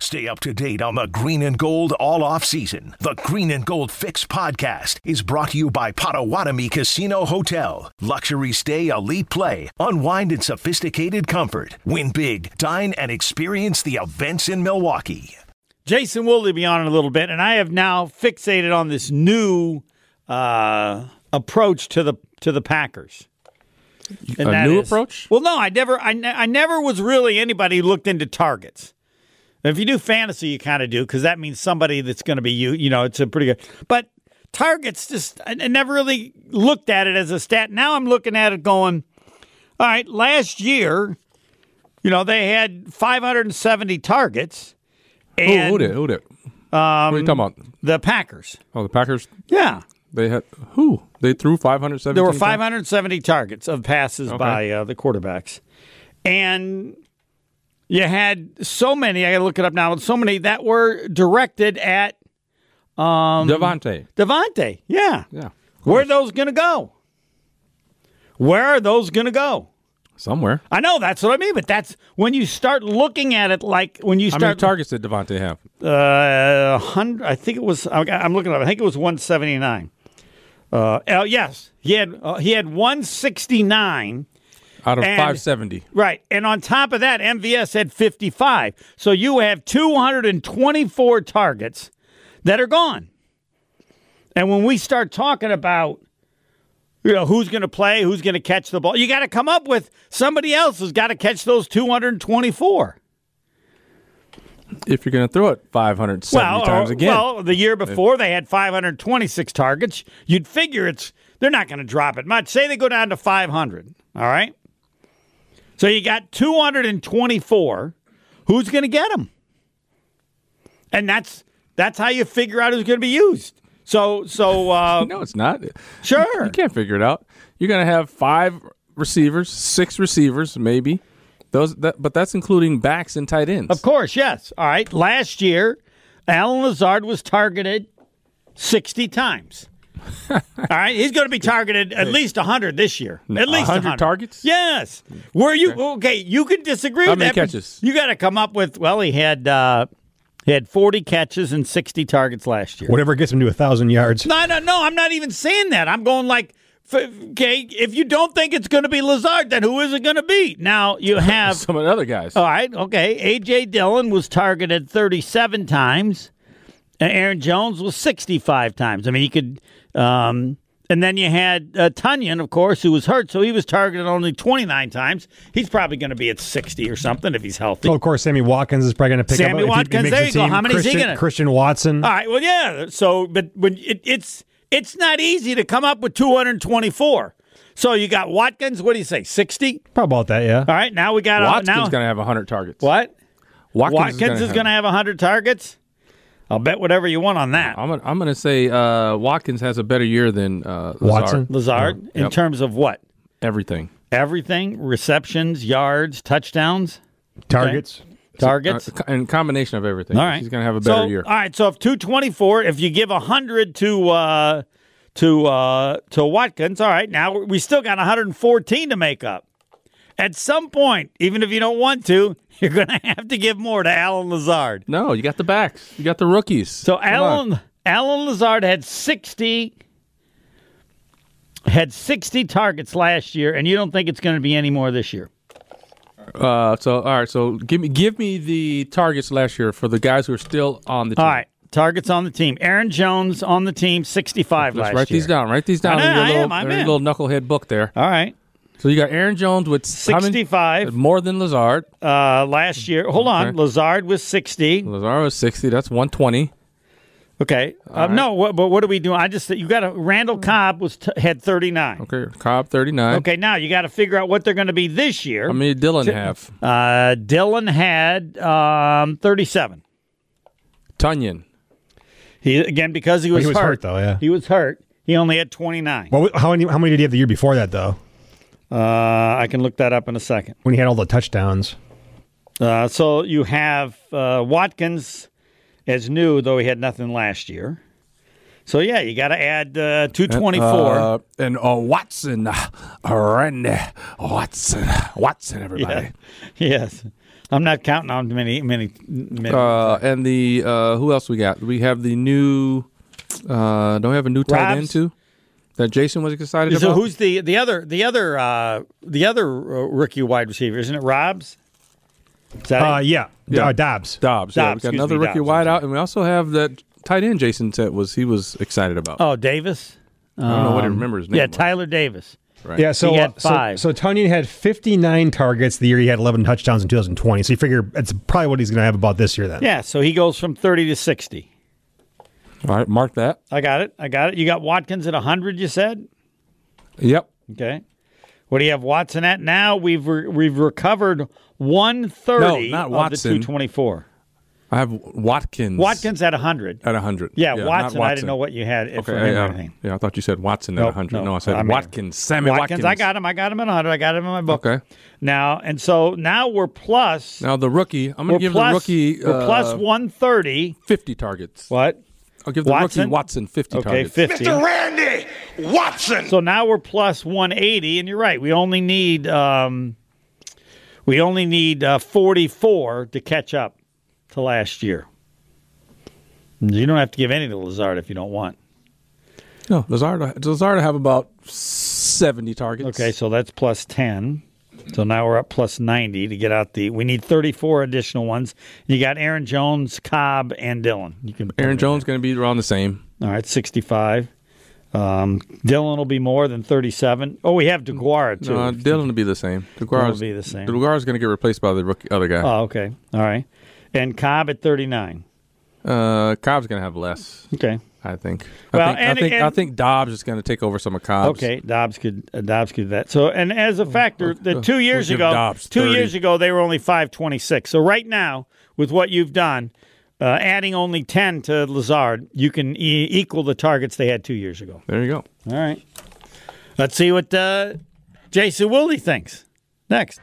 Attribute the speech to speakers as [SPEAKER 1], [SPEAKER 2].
[SPEAKER 1] Stay up to date on the green and gold all off season. The Green and Gold Fix podcast is brought to you by Potawatomi Casino Hotel. Luxury stay, elite play, unwind in sophisticated comfort. Win big, dine, and experience the events in Milwaukee.
[SPEAKER 2] Jason Woolley be on in a little bit, and I have now fixated on this new uh, approach to the to the Packers. And
[SPEAKER 3] A
[SPEAKER 2] that
[SPEAKER 3] new
[SPEAKER 2] is-
[SPEAKER 3] approach?
[SPEAKER 2] Well, no, I never, I, ne- I never was really anybody who looked into targets. If you do fantasy, you kind of do because that means somebody that's going to be you. You know, it's a pretty good. But targets, just I, I never really looked at it as a stat. Now I'm looking at it going, all right. Last year, you know, they had 570 targets.
[SPEAKER 3] Oh, Who,
[SPEAKER 2] And
[SPEAKER 3] who did? Who did? Um, what are you talking about?
[SPEAKER 2] The Packers.
[SPEAKER 3] Oh, the Packers.
[SPEAKER 2] Yeah.
[SPEAKER 3] They had who? They threw five hundred seventeen.
[SPEAKER 2] There were 570 targets of passes by uh, the quarterbacks. And you had so many, I got to look it up now, so many that were directed at
[SPEAKER 3] Devontae.
[SPEAKER 2] Devontae. Yeah.
[SPEAKER 3] Yeah,
[SPEAKER 2] Where are those going to go? Where are those going to go?
[SPEAKER 3] somewhere.
[SPEAKER 2] I know that's what I mean, but that's when you start looking at it like when you
[SPEAKER 3] How
[SPEAKER 2] start
[SPEAKER 3] many targets did Devontae have?
[SPEAKER 2] Uh, hundred. I think it was. I- I'm looking up. I think it was 179. Uh, oh, yes, he had uh, he had 169.
[SPEAKER 3] Out of
[SPEAKER 2] And-
[SPEAKER 3] five seventy.
[SPEAKER 2] Right, and on top of that, MVS had 55. So you have 224 targets that are gone. And when we start talking about you know who's going to play, who's going to catch the ball, you got to come up with somebody else has got to catch those 224.
[SPEAKER 3] If you're going to throw it five hundred seventy
[SPEAKER 2] well,
[SPEAKER 3] times
[SPEAKER 2] or-
[SPEAKER 3] again,
[SPEAKER 2] Well, the year before they had 526 targets. You'd figure it's they're not going to drop it much. Say they go down to 500. All right. So you got 224. Who's going to get them? And that's that's how you figure out who's going to be used. So so uh,
[SPEAKER 3] no, it's not.
[SPEAKER 2] sure.
[SPEAKER 3] You can't figure it out. You're going to have five receivers, six receivers, maybe. Those, that, but that's including backs and tight ends.
[SPEAKER 2] Of course, yes. All right. Last year, Alan Lazard was targeted 60 times. All right. He's going to be targeted at least 100 this year. At least
[SPEAKER 3] 100
[SPEAKER 2] 100
[SPEAKER 3] targets?
[SPEAKER 2] Yes. Were you okay? You can disagree
[SPEAKER 3] How
[SPEAKER 2] with
[SPEAKER 3] many
[SPEAKER 2] that, but
[SPEAKER 3] catches?
[SPEAKER 2] You got to come up with, well, he had uh, he had 40 catches and 60 targets last year.
[SPEAKER 4] Whatever gets him to a thousand yards.
[SPEAKER 2] No, no, no. I'm not even saying that. I'm going like, f- okay, if you don't think it's going to be Lazard, then who is it going to be? Now, you have
[SPEAKER 3] Some of the other guys.
[SPEAKER 2] all right, okay. AJ Dillon was targeted 37 times. and Aaron Jones was 65 times. I mean, you could. Um, and then you had uh, Tunyon, of course, who was hurt, so he was targeted only 29 times. He's probably going to be at 60 or something if he's healthy.
[SPEAKER 4] Oh, of course, Sammy Watkins is probably going to pick
[SPEAKER 2] Sammy
[SPEAKER 4] up. if he- if he
[SPEAKER 2] Watkins,
[SPEAKER 4] makes
[SPEAKER 2] there
[SPEAKER 4] the
[SPEAKER 2] you go.
[SPEAKER 4] team.
[SPEAKER 2] How many is he
[SPEAKER 4] Christian,
[SPEAKER 2] gonna- Ah.
[SPEAKER 4] Christian Watson.
[SPEAKER 2] All right. Well, yeah. So, but when it, it's it's not easy to come up with 224. So you got Watkins. What do you say? 60.
[SPEAKER 4] Probably about that, yeah.
[SPEAKER 2] All right. Now we got
[SPEAKER 3] Watkins
[SPEAKER 2] uh, now
[SPEAKER 3] going to have 100 targets.
[SPEAKER 2] what?
[SPEAKER 3] Watkins,
[SPEAKER 2] Watkins, is going to have 100 targets. I'll bet whatever you want on that.
[SPEAKER 3] I'm gonna, I'm gonna say uh, Watkins has a better year than uh, Lazard.
[SPEAKER 4] Watson?
[SPEAKER 2] Lazard in
[SPEAKER 3] Yep.
[SPEAKER 2] terms of what?
[SPEAKER 3] Everything.
[SPEAKER 2] Everything, receptions, yards, touchdowns,
[SPEAKER 4] Targets.
[SPEAKER 2] targets.
[SPEAKER 3] Uh, co- and combination of everything.
[SPEAKER 2] all right.
[SPEAKER 3] He's gonna have a better
[SPEAKER 2] so, uh,
[SPEAKER 3] year.
[SPEAKER 2] All right, so if 224, if you give 100 to uh to uh to Watkins, all right. Now we still got 114 to make up. At some point, even if you don't want to, you're going to have to give more to Alan Lazard.
[SPEAKER 3] no, you got the backs. You got the rookies.
[SPEAKER 2] So
[SPEAKER 3] Come on.
[SPEAKER 2] Alan Alan Lazard had sixty had sixty targets last year, and you don't think it's going to be any more this year?
[SPEAKER 3] Uh, so all right. So give me give me the targets last year for the guys who are still on the team.
[SPEAKER 2] All right, targets on the team. Aaron Jones on the team, sixty-five
[SPEAKER 3] Let's
[SPEAKER 2] last
[SPEAKER 3] write
[SPEAKER 2] year.
[SPEAKER 3] these down. Write these down
[SPEAKER 2] I
[SPEAKER 3] in
[SPEAKER 2] know,
[SPEAKER 3] your
[SPEAKER 2] I
[SPEAKER 3] little,
[SPEAKER 2] am, I'm
[SPEAKER 3] in your
[SPEAKER 2] in.
[SPEAKER 3] little knucklehead book there.
[SPEAKER 2] All right,
[SPEAKER 3] So you got Aaron Jones with s- how many-
[SPEAKER 2] sixty-five
[SPEAKER 3] more than Lazard.
[SPEAKER 2] uh, last year. Hold on,
[SPEAKER 3] Okay.
[SPEAKER 2] Lazard was sixty.
[SPEAKER 3] Lazard was sixty. That's one twenty.
[SPEAKER 2] Okay, uh, no, what, but what do we do? I just you got to Randall Cobb was t- had thirty-nine. Okay.
[SPEAKER 3] Mm. Okay, Cobb thirty nine.
[SPEAKER 2] now you got to figure out what they're going to be this year.
[SPEAKER 3] How many did Dylan have?
[SPEAKER 2] uh, Dylan had um, thirty-seven.
[SPEAKER 3] Tunyon.
[SPEAKER 2] He again because he was,
[SPEAKER 4] was hurt, though, yeah.
[SPEAKER 2] he was hurt. He only had 29.
[SPEAKER 4] Well, how many, how many did he have the year before that, though,
[SPEAKER 2] Uh, I can look that up in a second.
[SPEAKER 4] when he had all the touchdowns?
[SPEAKER 2] Uh, so you have uh, Watkins as new, though he had nothing last year. So yeah, you got to add uh, 224.
[SPEAKER 3] Uh, and uh, Watson, uh, Randy Watson, Watson, everybody.
[SPEAKER 2] Yeah. Yes. I'm not counting on many, many, many.
[SPEAKER 3] Uh, and the uh, who else we got? We have the new. Uh, don't we have a new tight end
[SPEAKER 2] Robs?
[SPEAKER 3] too? That Jason was excited
[SPEAKER 2] so
[SPEAKER 3] about.
[SPEAKER 2] who's the the other the other uh, the other uh, rookie wide receiver? Isn't it Robs? Is that
[SPEAKER 4] Uh,
[SPEAKER 2] it?
[SPEAKER 4] yeah.
[SPEAKER 3] Yeah.
[SPEAKER 4] Uh, Dobbs.
[SPEAKER 3] Dobbs? yeah,
[SPEAKER 2] Dobbs,
[SPEAKER 3] we got
[SPEAKER 2] excuse
[SPEAKER 3] another
[SPEAKER 2] me,
[SPEAKER 3] rookie
[SPEAKER 2] Dobbs,
[SPEAKER 3] wideout, and we also have that tight end Jason said was he was excited about.
[SPEAKER 2] Oh, Davis.
[SPEAKER 3] I don't know what he remembers. His
[SPEAKER 2] Yeah,
[SPEAKER 3] name was.
[SPEAKER 2] Tyler Davis.
[SPEAKER 3] Right.
[SPEAKER 4] Yeah, so,
[SPEAKER 2] He
[SPEAKER 4] uh,
[SPEAKER 2] had five.
[SPEAKER 4] so so Tunyon had 59 targets the year he had 11 touchdowns in 2020. So you figure that's probably what he's going to have about this year then.
[SPEAKER 2] Yeah, so he goes from 30 to 60.
[SPEAKER 3] All right, mark that.
[SPEAKER 2] I got it. I got it. You got Watkins at 100, you said?
[SPEAKER 3] Yep.
[SPEAKER 2] Okay. What do you have Watson at now? We've re- we've recovered 130
[SPEAKER 3] No, not
[SPEAKER 2] of
[SPEAKER 3] Watson.
[SPEAKER 2] the 224.
[SPEAKER 3] I have Watkins.
[SPEAKER 2] Watkins at 100.
[SPEAKER 3] at 100.
[SPEAKER 2] Yeah,
[SPEAKER 3] not
[SPEAKER 2] Watson, I didn't know what you had
[SPEAKER 3] Okay,
[SPEAKER 2] for him or
[SPEAKER 3] yeah,
[SPEAKER 2] anything.
[SPEAKER 3] yeah, I thought you said Watson at
[SPEAKER 2] Nope,
[SPEAKER 3] 100.
[SPEAKER 2] no,
[SPEAKER 3] No, I said
[SPEAKER 2] I mean-
[SPEAKER 3] Watkins. Sammy Watkins.
[SPEAKER 2] Watkins, I got him. I got him at 100. I got him in my book.
[SPEAKER 3] Okay.
[SPEAKER 2] Now, and so now we're plus.
[SPEAKER 3] Now the rookie. I'm going
[SPEAKER 2] we're
[SPEAKER 3] to give
[SPEAKER 2] plus-
[SPEAKER 3] the rookie
[SPEAKER 2] we're
[SPEAKER 3] uh,
[SPEAKER 2] plus 130.
[SPEAKER 3] 50 targets.
[SPEAKER 2] What?
[SPEAKER 3] I'll give the
[SPEAKER 2] Watson?
[SPEAKER 3] rookie Watson 50
[SPEAKER 2] Okay,
[SPEAKER 3] targets.
[SPEAKER 2] 50.
[SPEAKER 5] Mr. Randy Watson.
[SPEAKER 2] So now we're plus 180, and you're right. We only need um, we only need uh, 44 to catch up to last year. You don't have to give any to Lazard if you don't want.
[SPEAKER 3] No, Lazard. Lazard have about 70 targets.
[SPEAKER 2] Okay, so that's plus 10. So now we're up plus 90 to get out the. We need 34 additional ones. You got Aaron Jones, Cobb, and Dylan. You can
[SPEAKER 3] Aaron Jones going to be around the same.
[SPEAKER 2] All right, 65. Um, Dylan will be more than 37. Oh, we have DeGuara too.
[SPEAKER 3] Uh, Dylan will be the same.
[SPEAKER 2] Will
[SPEAKER 3] DeGuare's
[SPEAKER 2] be the same.
[SPEAKER 3] DeGuare's going to get replaced by the rookie, other guy.
[SPEAKER 2] Oh, okay. All right. And Cobb at 39.
[SPEAKER 3] Uh, Cobb's going to have less.
[SPEAKER 2] Okay.
[SPEAKER 3] I think.
[SPEAKER 2] Oh. Well,
[SPEAKER 3] I think,
[SPEAKER 2] and-
[SPEAKER 3] I, think I
[SPEAKER 2] and-
[SPEAKER 3] think Dobbs is going to take over some of Cobb's.
[SPEAKER 2] Okay. Dobbs could uh, Dobbs could do that. So and as a factor, the two years
[SPEAKER 3] give
[SPEAKER 2] ago,
[SPEAKER 3] Dobbs
[SPEAKER 2] two
[SPEAKER 3] 30.
[SPEAKER 2] years ago they were only 526. So right now, with what you've done, uh, adding only 10 to Lazard, you can e- equal the targets they had two years ago.
[SPEAKER 3] There you go.
[SPEAKER 2] All right. Let's see what uh, Jason Woolley thinks next.